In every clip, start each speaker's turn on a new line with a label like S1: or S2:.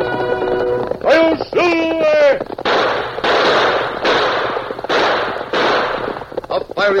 S1: I'll Silver!
S2: A fiery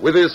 S2: With his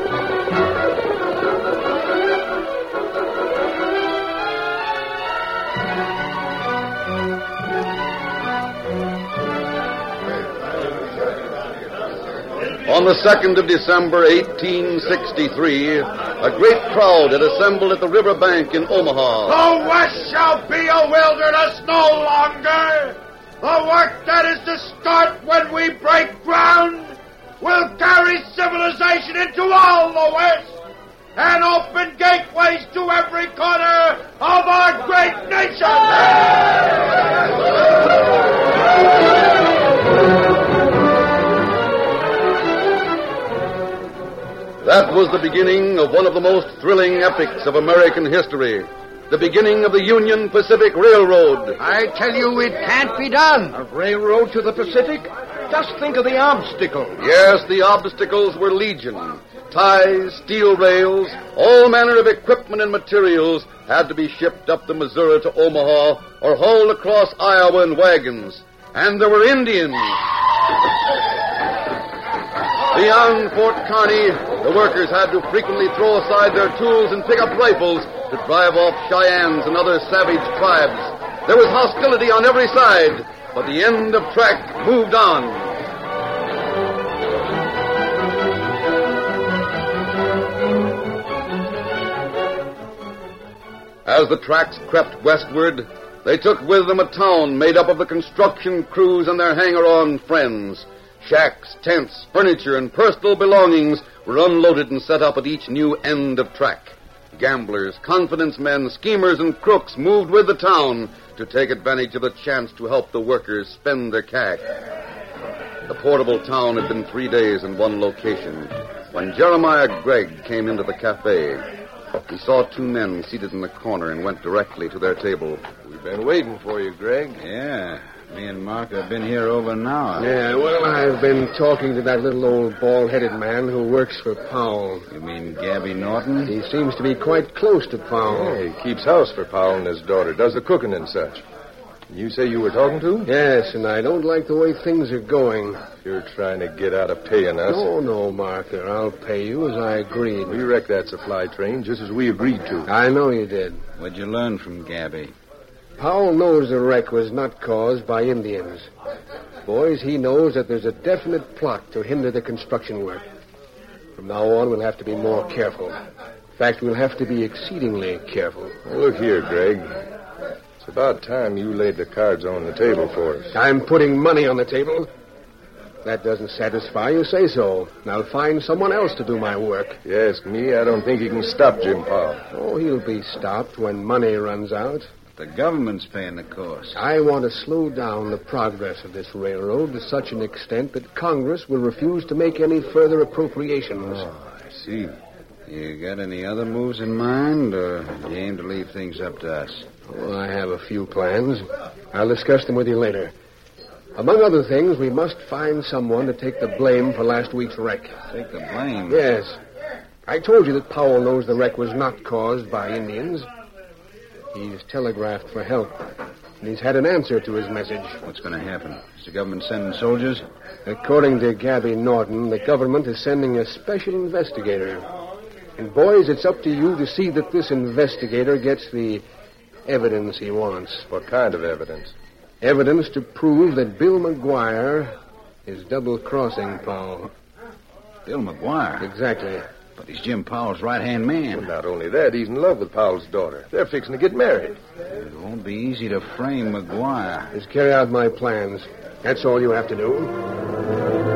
S1: Roar!
S2: On the 2nd of December, 1863, a great crowd had assembled at the river bank in Omaha.
S1: The West shall be a wilderness no longer! The work that is to start when we break ground will carry civilization into all the West and open gateways to every corner of our great nation!
S2: That was the beginning of one of the most thrilling epics of American history. The beginning of the Union Pacific Railroad.
S3: I tell you, it can't be done.
S4: A railroad to the Pacific? Just think of the obstacles.
S2: Yes, the obstacles were legion. Ties, steel rails, all manner of equipment and materials had to be shipped up the Missouri to Omaha or hauled across Iowa in wagons. And there were Indians. Beyond Fort Kearney, the workers had to frequently throw aside their tools and pick up rifles to drive off Cheyennes and other savage tribes. There was hostility on every side, but the end of track moved on. As the tracks crept westward, they took with them a town made up of the construction crews and their hanger on friends. Shacks, tents, furniture, and personal belongings were unloaded and set up at each new end of track. Gamblers, confidence men, schemers, and crooks moved with the town to take advantage of the chance to help the workers spend their cash. The portable town had been three days in one location when Jeremiah Gregg came into the cafe. He saw two men seated in the corner and went directly to their table.
S5: We've been waiting for you, Greg.
S2: Yeah.
S6: Me and Mark have been here over an hour.
S3: Yeah, well, I've been talking to that little old bald-headed man who works for Powell.
S6: You mean Gabby Norton?
S3: He seems to be quite close to Powell.
S7: Yeah, he keeps house for Powell and his daughter, does the cooking and such. You say you were talking to him?
S3: Yes, and I don't like the way things are going.
S7: You're trying to get out of paying us.
S3: No, no, Marker. I'll pay you as I agreed.
S7: We wrecked that supply train just as we agreed to.
S3: I know you did.
S6: What'd you learn from Gabby?
S3: Powell knows the wreck was not caused by Indians. Boys, he knows that there's a definite plot to hinder the construction work. From now on, we'll have to be more careful. In fact, we'll have to be exceedingly careful.
S7: Well, look here, Greg. It's about time you laid the cards on the table for us.
S3: I'm putting money on the table. If that doesn't satisfy you, say so. And I'll find someone else to do my work.
S7: If you ask me, I don't think he can stop Jim Powell.
S3: Oh, he'll be stopped when money runs out.
S6: The government's paying the cost.
S3: I want to slow down the progress of this railroad to such an extent that Congress will refuse to make any further appropriations.
S6: Oh, I see. You got any other moves in mind, or you aim to leave things up to us?
S3: Oh, I have a few plans. I'll discuss them with you later. Among other things, we must find someone to take the blame for last week's wreck.
S6: Take the blame?
S3: Yes. I told you that Powell knows the wreck was not caused by Indians. He's telegraphed for help. And he's had an answer to his message.
S6: What's going to happen? Is the government sending soldiers?
S3: According to Gabby Norton, the government is sending a special investigator. And, boys, it's up to you to see that this investigator gets the evidence he wants.
S7: What kind of evidence?
S3: Evidence to prove that Bill McGuire is double crossing Powell.
S6: Bill McGuire?
S3: Exactly.
S6: But he's Jim Powell's right hand man.
S7: Well, not only that, he's in love with Powell's daughter. They're fixing to get married.
S6: It won't be easy to frame McGuire.
S3: Just carry out my plans. That's all you have to do.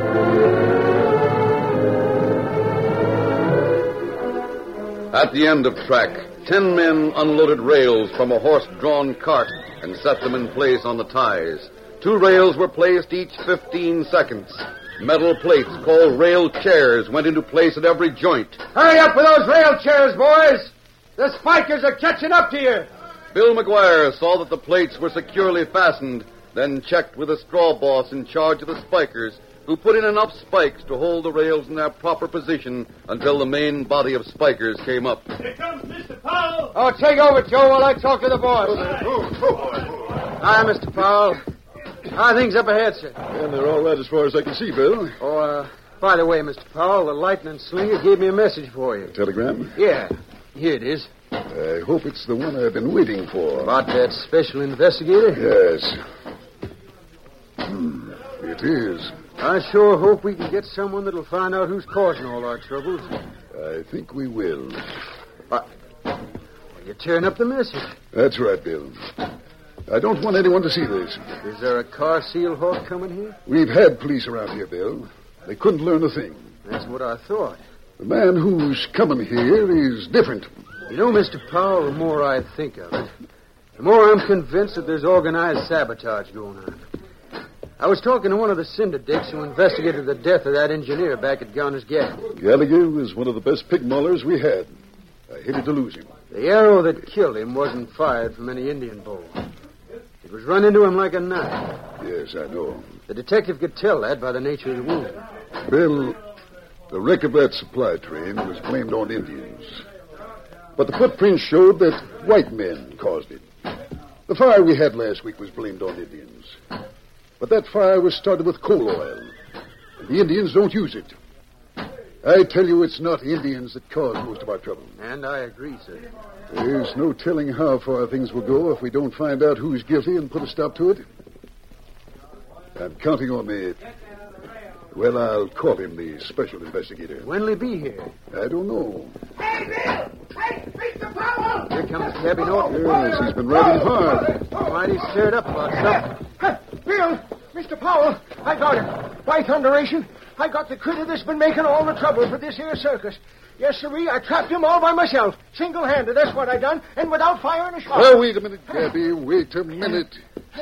S2: At the end of track, ten men unloaded rails from a horse drawn cart and set them in place on the ties. Two rails were placed each 15 seconds. Metal plates called rail chairs went into place at every joint.
S8: Hurry up with those rail chairs, boys! The spikers are catching up to you!
S2: Bill McGuire saw that the plates were securely fastened, then checked with the straw boss in charge of the spikers, who put in enough spikes to hold the rails in their proper position until the main body of spikers came up.
S1: Here comes Mr. Powell!
S8: Oh, take over, Joe, while I talk to the boss.
S9: Hi, Mr. Powell. How are things up ahead, sir?
S7: And they're all right as far as I can see, Bill.
S9: Oh, uh, by the way, Mr. Powell, the lightning slinger gave me a message for you.
S7: telegram?
S9: Yeah, here it is.
S7: I hope it's the one I've been waiting for. Ah,
S9: About that special investigator?
S7: Yes. Hmm, it is.
S9: I sure hope we can get someone that'll find out who's causing all our troubles.
S7: I think we will.
S9: You're tearing up the message.
S7: That's right, Bill. I don't want anyone to see this.
S9: Is there a car seal hawk coming here?
S7: We've had police around here, Bill. They couldn't learn a thing.
S9: That's what I thought.
S7: The man who's coming here is different.
S9: You know, Mr. Powell, the more I think of it, the more I'm convinced that there's organized sabotage going on. I was talking to one of the cinder dicks who investigated the death of that engineer back at Gunner's Gap.
S7: Gallagher was one of the best pig maulers we had. I hated to lose him.
S9: The arrow that killed him wasn't fired from any Indian bow. It was run into him like a knife.
S7: Yes, I know.
S9: The detective could tell that by the nature of the wound.
S7: Bill, the wreck of that supply train was blamed on Indians. But the footprints showed that white men caused it. The fire we had last week was blamed on Indians. But that fire was started with coal oil. And the Indians don't use it. I tell you, it's not Indians that caused most of our trouble.
S9: And I agree, sir.
S7: There's no telling how far things will go if we don't find out who's guilty and put a stop to it. I'm counting on the. Well, I'll call him the special investigator.
S9: When'll he be here?
S7: I don't know.
S8: Hey, Bill! Hey, Mr. Powell!
S9: Here comes Cabby Norton.
S7: Yes, he's been riding hard.
S9: Mighty stirred up about something.
S10: Bill, Mr. Powell, I got him. By thunderation, I got the critter that's been making all the trouble for this here circus. Yes, sirree, I trapped him all by myself, single-handed. That's what I done, and without firing a shot.
S7: Oh, wait a minute, Gabby. Wait a minute.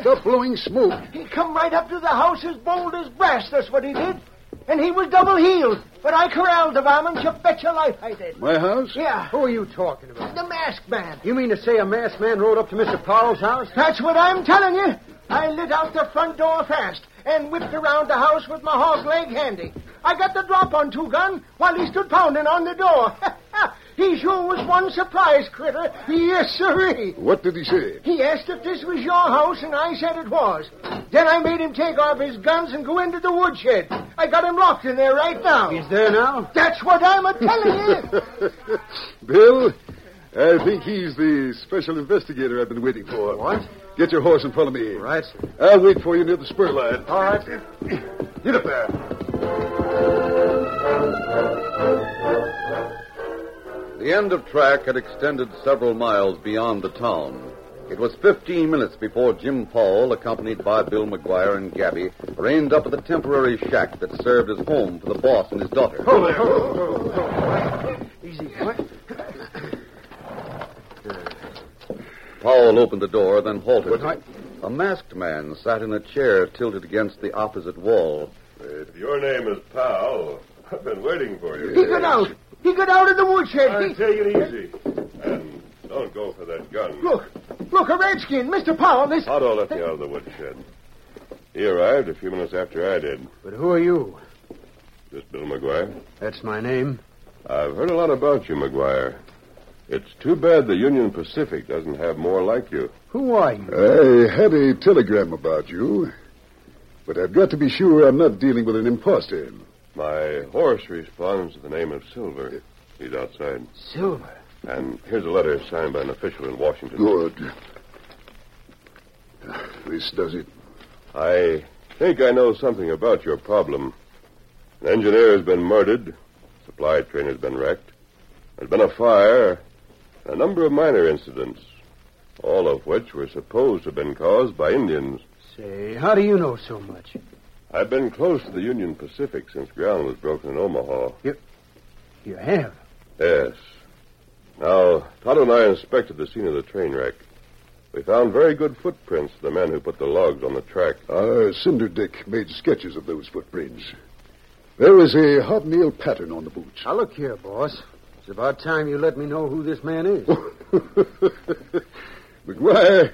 S7: Stop blowing smoke.
S10: He come right up to the house as bold as brass, that's what he did. And he was double-heeled, but I corralled the varmint, you bet your life I did.
S7: My house?
S10: Yeah,
S9: Who are you talking about?
S10: the masked man.
S9: You mean to say a masked man rode up to Mr. Powell's house?
S10: That's what I'm telling you.
S3: I lit out the front door fast and whipped around the house with my hog leg handy. I got the drop on Two Gun while he stood pounding on the door. he sure was one surprise critter. Yes, sirree.
S7: What did he say?
S3: He asked if this was your house, and I said it was. Then I made him take off his guns and go into the woodshed. I got him locked in there right now.
S11: He's there now?
S3: That's what I'm a telling you.
S7: Bill, I think he's the special investigator I've been waiting for.
S11: What?
S7: Get your horse and follow me.
S11: Right, sir.
S7: I'll wait for you near the spur line.
S11: All right.
S7: Get up there.
S12: The end of track had extended several miles beyond the town. It was 15 minutes before Jim Paul, accompanied by Bill McGuire and Gabby, reined up at the temporary shack that served as home for the boss and his daughter.
S11: Easy. What?
S12: Powell opened the door, then halted. A masked man sat in a chair tilted against the opposite wall.
S13: If your name is Powell, I've been waiting for you.
S3: He got out. He got out of the woodshed.
S13: Now,
S3: He...
S13: take it easy. And don't go for that gun.
S3: Look, look, a redskin, Mr. Powell. This.
S13: Otto left me out of the woodshed. He arrived a few minutes after I did.
S11: But who are you?
S13: Just Bill McGuire.
S11: That's my name.
S13: I've heard a lot about you, McGuire. It's too bad the Union Pacific doesn't have more like you.
S11: Who are you?
S7: I had a telegram about you, but I've got to be sure I'm not dealing with an imposter.
S13: My horse responds to the name of Silver. He's outside.
S11: Silver.
S13: And here's a letter signed by an official in Washington.
S7: Good. This does it.
S13: I think I know something about your problem. An engineer has been murdered, supply train has been wrecked, there's been a fire, and a number of minor incidents, all of which were supposed to have been caused by Indians.
S11: Say, how do you know so much?
S13: I've been close to the Union Pacific since ground was broken in Omaha.
S11: You have.
S13: Yes. Now, Todd and I inspected the scene of the train wreck. We found very good footprints of the men who put the logs on the track.
S7: Our cinder dick made sketches of those footprints. There is a hobnail pattern on the boots.
S11: Now, look here, boss. It's about time you let me know who this man is.
S7: McGuire,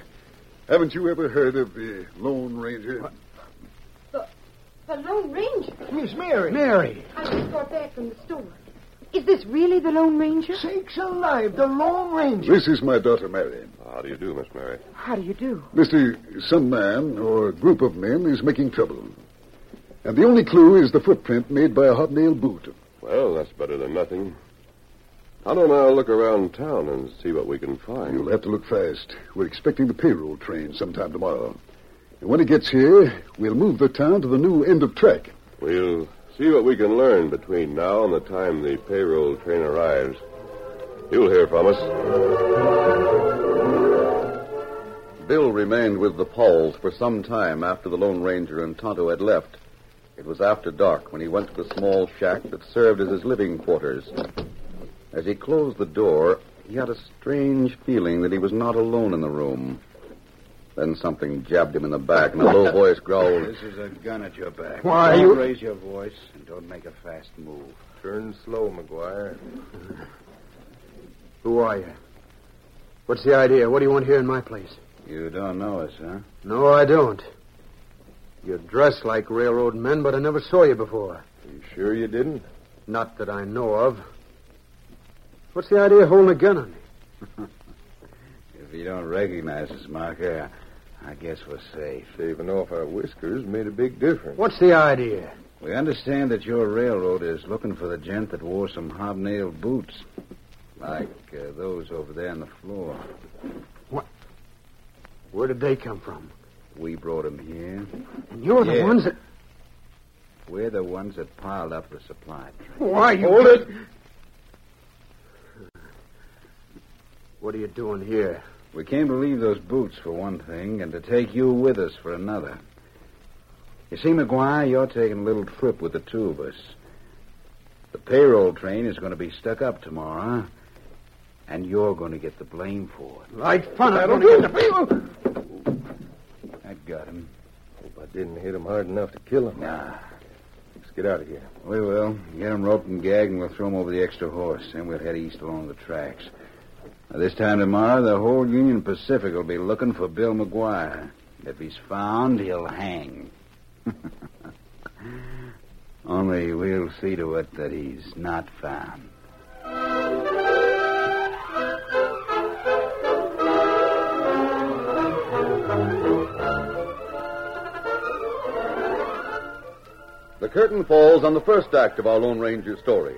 S7: haven't you ever heard of the Lone Ranger?
S8: The Lone Ranger.
S3: Miss Mary.
S11: Mary.
S8: I just got back from the store. Is this really the Lone Ranger?
S3: Sakes alive, the Lone Ranger.
S7: This is my daughter, Mary.
S13: How do you do, Miss Mary?
S8: How do you do?
S7: Mister, some man or group of men is making trouble. And the only clue is the footprint made by a hobnail boot.
S13: Well, that's better than nothing. Todd and I'll look around town and see what we can find.
S7: You'll have to look fast. We're expecting the payroll train sometime tomorrow. And when it gets here, we'll move the town to the new end of track.
S13: We'll see what we can learn between now and the time the payroll train arrives. You'll hear from us.
S12: Bill remained with the Pauls for some time after the Lone Ranger and Tonto had left. It was after dark when he went to the small shack that served as his living quarters. As he closed the door, he had a strange feeling that he was not alone in the room. Then something jabbed him in the back, and a low voice growled,
S14: This is a gun at your back.
S11: Why,
S14: don't
S11: you-
S14: raise your voice and don't make a fast move.
S13: Turn slow, McGuire.
S11: Who are you? What's the idea? What do you want here in my place?
S14: You don't know us, huh?
S11: No, I don't. You dress like railroad men, but I never saw you before.
S13: You sure you didn't?
S11: Not that I know of. What's the idea of holding a gun on me?
S14: If you don't recognize us, Marker, I guess we're safe.
S13: Shaving off our whiskers made a big difference.
S11: What's the idea?
S14: We understand that your railroad is looking for the gent that wore some hobnail boots, like uh, those over there on the floor.
S11: Where did they come from?
S14: We brought him here.
S11: And you're the
S14: Yeah.
S11: ones that.
S14: We're the ones that piled up the supply train.
S11: Why you? Hold it! What are you doing here?
S14: We came to leave those boots for one thing, and to take you with us for another. You see, McGuire, you're taking a little trip with the two of us. The payroll train is going to be stuck up tomorrow, and you're going to get the blame for it.
S11: Like fun, I don't get the people.
S14: That got him.
S13: Hope I didn't hit him hard enough to kill him.
S14: Nah,
S13: Let's get out of here.
S14: we will. Get him roped and gagged, and we'll throw him over the extra horse. Then we'll head east along the tracks. Now, this time tomorrow, the whole Union Pacific will be looking for Bill McGuire.
S7: If he's found, he'll hang. Only we'll see to it that he's not found.
S2: The curtain falls on the first act of our Lone Ranger story.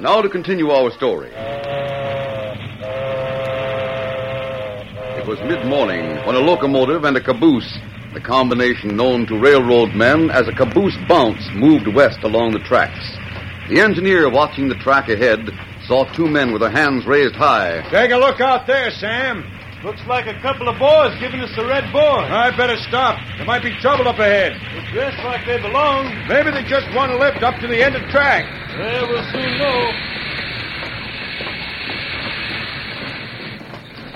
S2: Now to continue our story. It was mid morning when a locomotive and a caboose, the combination known to railroad men as a caboose bounce, moved west along the tracks. The engineer watching the track ahead saw two men with their hands raised high.
S15: Take a look out there, Sam. Looks like a couple of boys giving us the red boy. I better stop. There might be trouble up ahead. They dress like they belong. Maybe they just want to lift up to the end of track. Well, we'll soon know.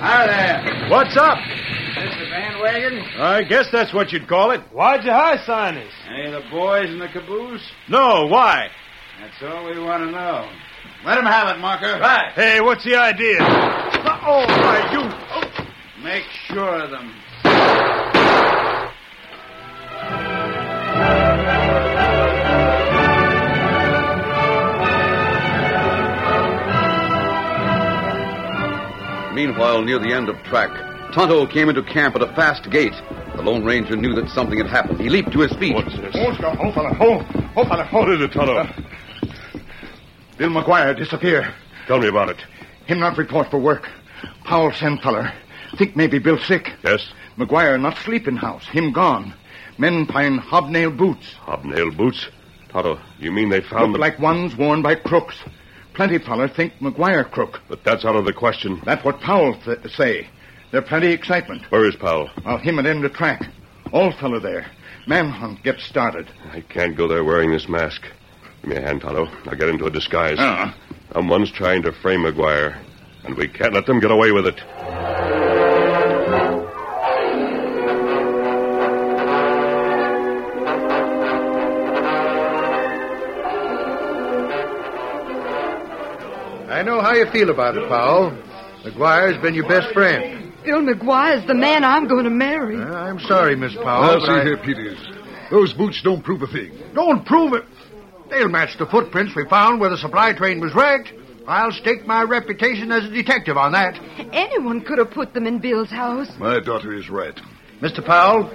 S7: Hi there.
S15: What's up?
S7: Mr. Van Wagon?
S15: I guess that's what you'd call it. Why'd you high sign us?
S7: Any of the boys in the caboose?
S15: No, why?
S7: That's all we want to know. Let him have it, Marker.
S15: Right. Hey, what's the idea? Oh, why, you...
S7: Make sure of them.
S2: Meanwhile, near the end of track, Tonto came into camp at a fast gait. The Lone Ranger knew that something had happened. He leaped to his feet.
S13: What is it, Tonto?
S16: Uh, Bill McGuire disappear.
S13: Tell me about it.
S16: Him not report for work. Powell send feller. Think maybe Bill sick.
S13: Yes?
S16: McGuire not sleeping house. Him gone. Men find hobnail boots.
S13: Hobnail boots? Tonto, you mean they found
S16: Look
S13: them?
S16: like ones worn by crooks. Plenty feller think McGuire crook.
S13: But that's out of the question.
S16: That what Powell th- say. There plenty excitement.
S13: Where is Powell?
S16: While him at end of track. All feller there. Manhunt get started.
S13: I can't go there wearing this mask. Give me a hand, Tonto. I'll get into a disguise.
S16: Uh-uh.
S13: Someone's trying to frame McGuire, and we can't let them get away with it.
S1: I know how you feel about it, Powell. McGuire's been your best friend.
S8: Bill McGuire's the man I'm going to marry.
S1: Uh, I'm sorry, Miss
S17: Now,
S1: Powell.
S17: see
S1: but I-
S17: here, Peters. Those boots don't prove a thing.
S1: Don't prove it. They'll match the footprints we found where the supply train was wrecked. I'll stake my reputation as a detective on that.
S8: Anyone could have put them in Bill's house.
S17: My daughter is right.
S1: Mr. Powell,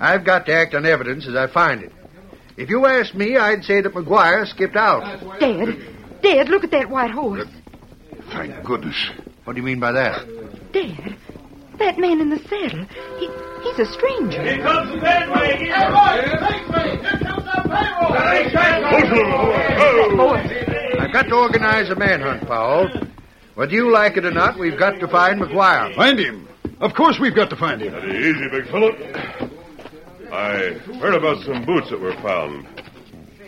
S1: I've got to act on evidence as I find it. If you asked me, I'd say that McGuire skipped out.
S8: Dad, Dad, look at that white horse.
S17: Thank goodness.
S1: What do you mean by that?
S8: Dad, that man in the saddle, he, he's a stranger.
S15: Here comes the red wagon. Hey, boys,
S1: I've got to organize a manhunt, Powell. Whether you like it or not, we've got to find McGuire.
S17: Find him. Of course we've got to find him.
S13: Easy, big fellow. I heard about some boots that were found.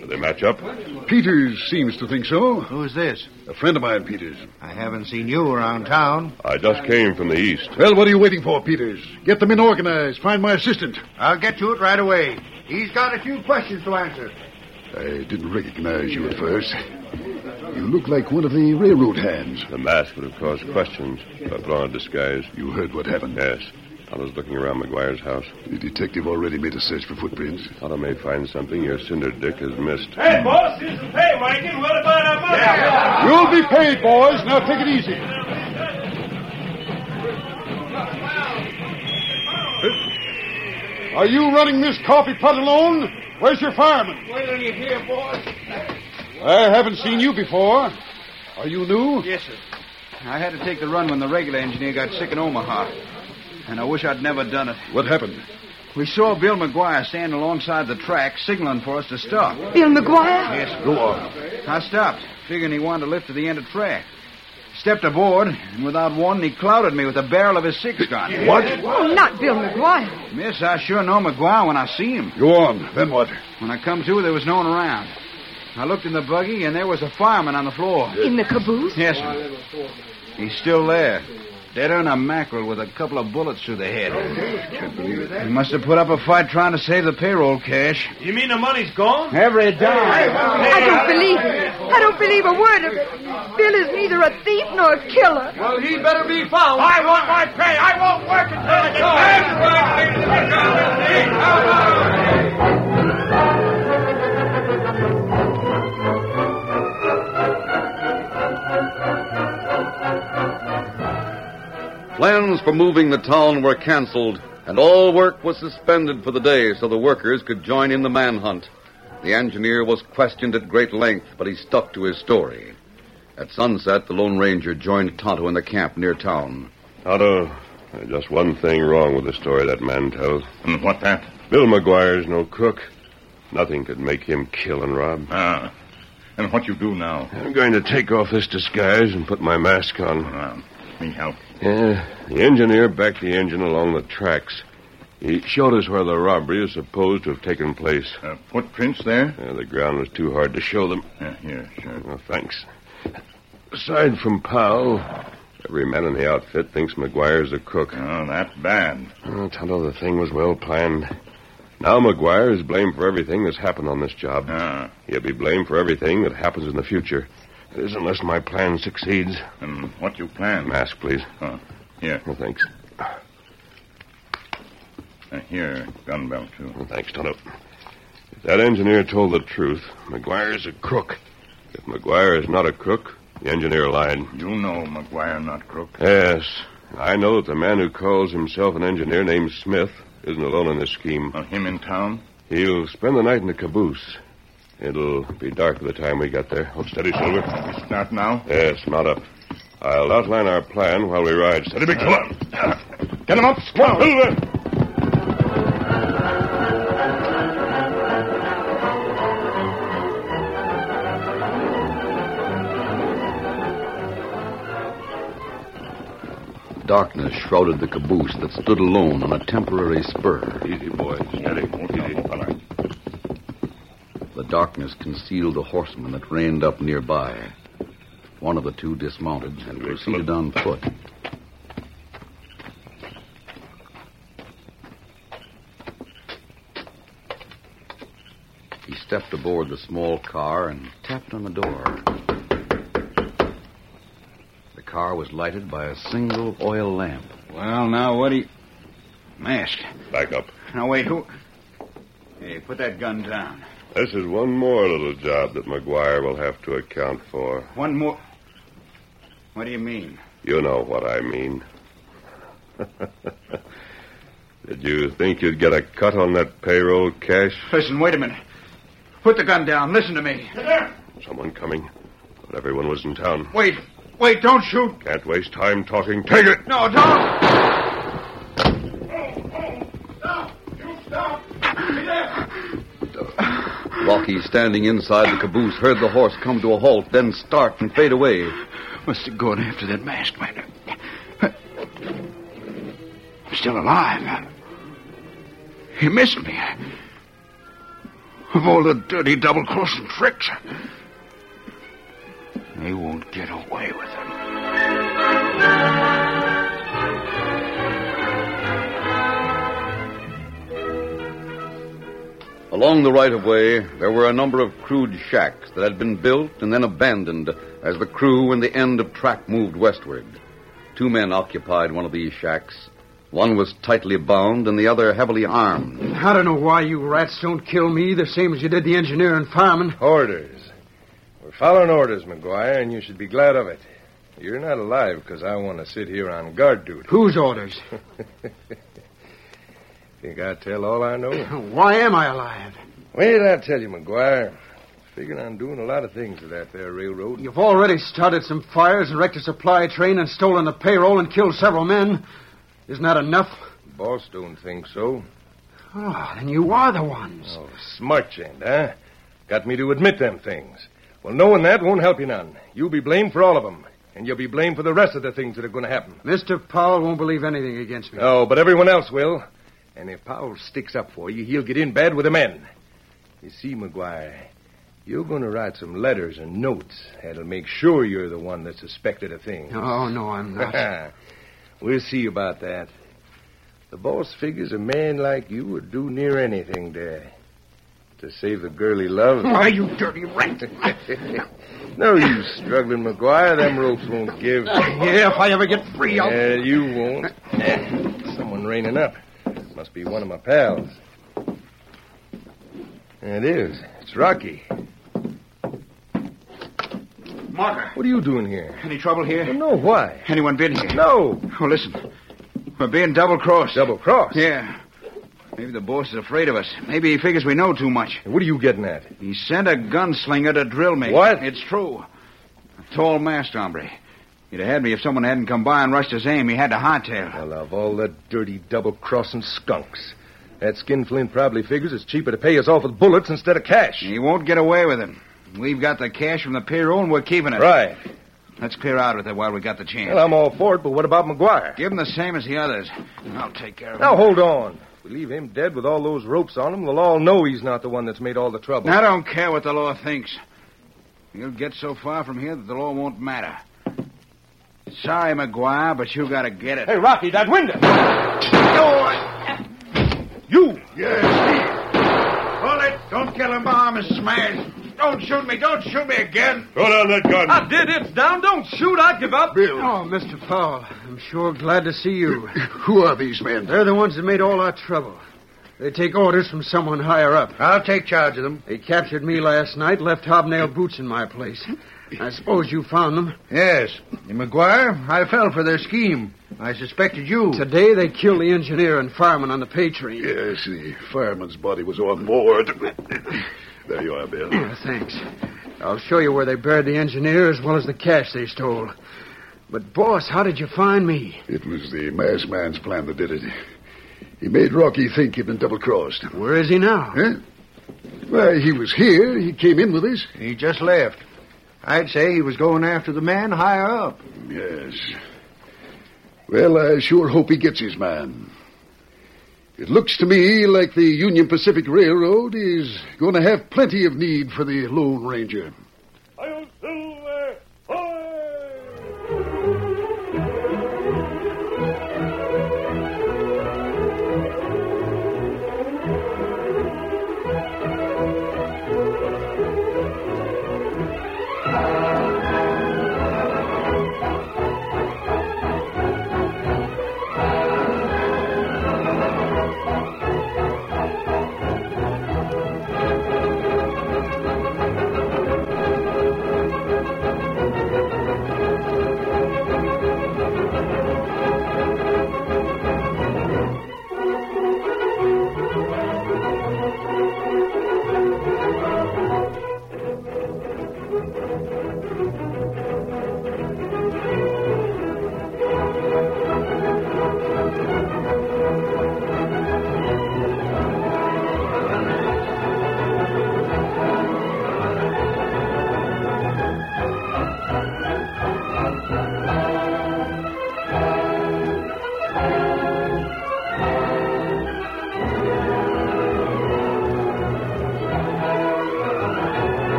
S13: Do they match up?
S17: Peters seems to think so.
S1: Who's this?
S17: A friend of mine, Peters.
S1: I haven't seen you around town.
S13: I just came from the east.
S17: Well, what are you waiting for, Peters? Get the men organized. Find my assistant.
S1: I'll get to it right away. He's got a few questions to answer.
S17: I didn't recognize you at first. You look like one of the railroad hands.
S13: The mask would have caused questions if I put on a disguise.
S17: You heard what happened.
S13: Yes. I was looking around McGuire's house.
S18: The detective already made a search for footprints.
S13: Otto may find something your cinder dick has missed.
S15: Hey, boss, here's the pay, Wankin. What about our money?
S18: You'll be paid, boys. Now take it easy. Are you running this coffee pot alone? Where's your fireman?
S15: Wait till you hear, boss.
S18: I haven't seen you before. Are you new?
S1: Yes, sir. I had to take the run when the regular engineer got sick in Omaha. And I wish I'd never done it.
S18: What happened?
S1: We saw Bill McGuire standing alongside the track, signaling for us to stop.
S8: Bill McGuire?
S1: Yes.
S18: Go on.
S1: I stopped, figuring he wanted to lift to the end of track. Stepped aboard, and without warning, he clouted me with the barrel of his six gun.
S18: What?
S8: Oh, not Bill McGuire.
S1: Miss, I sure know McGuire when I see him.
S18: Go on. Then what?
S1: When I come to, there was no one around. I looked in the buggy, and there was a fireman on the floor.
S8: In the caboose?
S1: Yes, sir. He's still there. Dead on a mackerel with a couple of bullets through the head. Can't believe it. He must have put up a fight trying to save the payroll cash.
S15: You mean the money's gone?
S1: Every dime.
S8: I don't believe it. I don't believe a word of it. Bill is neither a thief nor a killer.
S15: Well, he better be found. I want my pay. I won't work until I get paid.
S2: Plans for moving the town were canceled, and all work was suspended for the day so the workers could join in the manhunt. The engineer was questioned at great length, but he stuck to his story. At sunset, the Lone Ranger joined Tonto in the camp near town.
S13: Otto, there's just one thing wrong with the story that man tells.
S19: And Hmm, what that?
S13: Bill McGuire's no cook. Nothing could make him kill and rob.
S19: Ah. And what you do now?
S13: I'm going to take off this disguise and put my mask on.
S19: Ah, me help.
S13: Yeah, the engineer backed the engine along the tracks. He showed us where the robbery is supposed to have taken place.
S19: Uh, footprints there?
S13: Yeah, the ground was too hard to show them.
S19: Uh, here, sure.
S13: Well, thanks. Aside from Powell, every man in the outfit thinks McGuire's a crook.
S19: Oh, that bad.
S13: Oh, Tonto, the thing was well planned. Now McGuire is blamed for everything that's happened on this job.
S19: Ah,
S13: He'll be blamed for everything that happens in the future. That is, unless my plan succeeds.
S19: and what you plan?
S13: Mask, please.
S19: Oh, here,
S13: Well, thanks.
S19: uh, here, gun belt too.
S13: Well, thanks, Tonto. If that engineer told the truth, McGuire's a crook. If McGuire is not a crook, the engineer lied.
S19: You know McGuire not crook.
S13: Yes. I know that the man who calls himself an engineer named Smith isn't alone in this scheme.
S19: Uh, him in town?
S13: He'll spend the night in the caboose. It'll be dark by the time we get there. Hold steady, Silver.
S19: We start now.
S13: Yes, mount up. I'll outline our plan while we ride. Steady, big fella.
S19: Get him up, squad.
S13: Silver!
S2: Darkness shrouded the caboose that stood alone on a temporary spur.
S13: Easy, boy. Steady. Easy.
S2: The darkness concealed a horseman that reined up nearby. One of the two dismounted and proceeded on foot. He stepped aboard the small car and tapped on the door. The car was lighted by a single oil lamp.
S1: Well, now, what do you. Mask.
S13: Back up.
S1: Now, wait, who. Hey, put that gun down.
S13: This is one more little job that McGuire will have to account for.
S1: One more. What do you mean?
S13: You know what I mean. Did you think you'd get a cut on that payroll cash?
S1: Listen, wait a minute. Put the gun down. Listen to me.
S13: Someone coming. But everyone was in town.
S1: Wait. Wait, don't shoot.
S13: Can't waste time talking. Take it!
S1: No, don't.
S2: Rocky, standing inside the caboose, heard the horse come to a halt, then start and fade away.
S1: Must have gone after that masked man. I'm still alive. He missed me. Of all the dirty double crossing tricks, they won't get away with it.
S2: Along the right of way, there were a number of crude shacks that had been built and then abandoned as the crew and the end of track moved westward. Two men occupied one of these shacks, One was tightly bound and the other heavily armed.
S3: I don't know why you rats don't kill me the same as you did the engineer and fireman.
S13: Orders. We're following orders, McGuire, and you should be glad of it. You're not alive because I want to sit here on guard duty.
S3: Whose orders?
S13: Think I tell all I know?
S3: Why am I alive?
S13: Wait, I tell you, McGuire. Figuring on doing a lot of things to that there railroad.
S3: You've already started some fires, and wrecked a supply train, and stolen a payroll, and killed several men. Isn't that enough?
S13: Boss don't think so.
S3: Oh, then you are the ones.
S13: Oh, smart gent, huh? Got me to admit them things. Well, knowing that won't help you none. You'll be blamed for all of them, and you'll be blamed for the rest of the things that are going to happen.
S3: Mr. Powell won't believe anything against me.
S13: No, Oh, but everyone else will. And if Powell sticks up for you, he'll get in bad with the men. You see, McGuire, you're going to write some letters and notes that'll make sure you're the one that's suspected of things.
S3: Oh, no, I'm not.
S13: we'll see about that. The boss figures a man like you would do near anything to to save the girl he loves.
S3: Why, you dirty rat!
S13: no use struggling, McGuire. Them ropes won't give.
S3: Yeah, if I ever get free,
S1: Oh.
S3: I'll.
S13: Yeah, Uh, you won't. Eh, Someone reining up. Must be one of my pals. It is. It's Rocky.
S1: Marker.
S13: What are you doing here?
S1: Any trouble here?
S13: Well, no, why?
S1: Anyone been here?
S13: No.
S1: Oh, listen. We're being double crossed.
S13: Double crossed?
S1: Yeah. Maybe the boss is afraid of us. Maybe he figures we know too much.
S13: What are you getting at?
S1: He sent a gunslinger to drill me.
S13: What?
S1: It's true. A tall masked hombre. He'd have had me if someone hadn't come by and rushed his aim. He had to hightail.
S13: Well, of all the dirty double crossing skunks. That skinflint probably figures it's cheaper to pay us off with bullets instead of cash.
S1: He won't get away with it. We've got the cash from the payroll and we're keeping it.
S13: Right.
S1: Let's clear out with it while we got the chance.
S13: Well, I'm all for it, but what about McGuire?
S1: Give him the same as the others. I'll take care of
S13: now,
S1: him.
S13: Now, hold on. If we leave him dead with all those ropes on him, they'll all know he's not the one that's made all the trouble.
S1: I don't care what the law thinks. You'll get so far from here that the law won't matter. Sorry, McGuire, but you gotta get it.
S13: Hey, Rocky, that window!
S1: You!
S20: Yes, me. Bullet, don't kill him. My arm is smashed. Don't shoot me. Don't shoot me again.
S21: Throw down that gun.
S3: I did. It's down. Don't shoot. I give up.
S20: Bill.
S3: Oh, Mr. Powell, I'm sure glad to see you.
S20: Who are these men?
S3: They're the ones that made all our trouble. They take orders from someone higher up.
S20: I'll take charge of them.
S3: They captured me last night, left hobnail boots in my place. I suppose you found them.
S20: Yes. McGuire, I fell for their scheme. I suspected you.
S3: Today they killed the engineer and fireman on the pay train.
S22: Yes, the fireman's body was on board. there you are, Bill.
S3: Thanks. I'll show you where they buried the engineer as well as the cash they stole. But, boss, how did you find me?
S22: It was the masked man's plan that did it. He made Rocky think he'd been double crossed.
S3: Where is he now?
S22: Huh? Why, he was here. He came in with us.
S20: He just left. I'd say he was going after the man higher up.
S22: Yes. Well, I sure hope he gets his man. It looks to me like the Union Pacific Railroad is going to have plenty of need for the Lone Ranger.
S15: I'll silver! Hoy!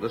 S1: The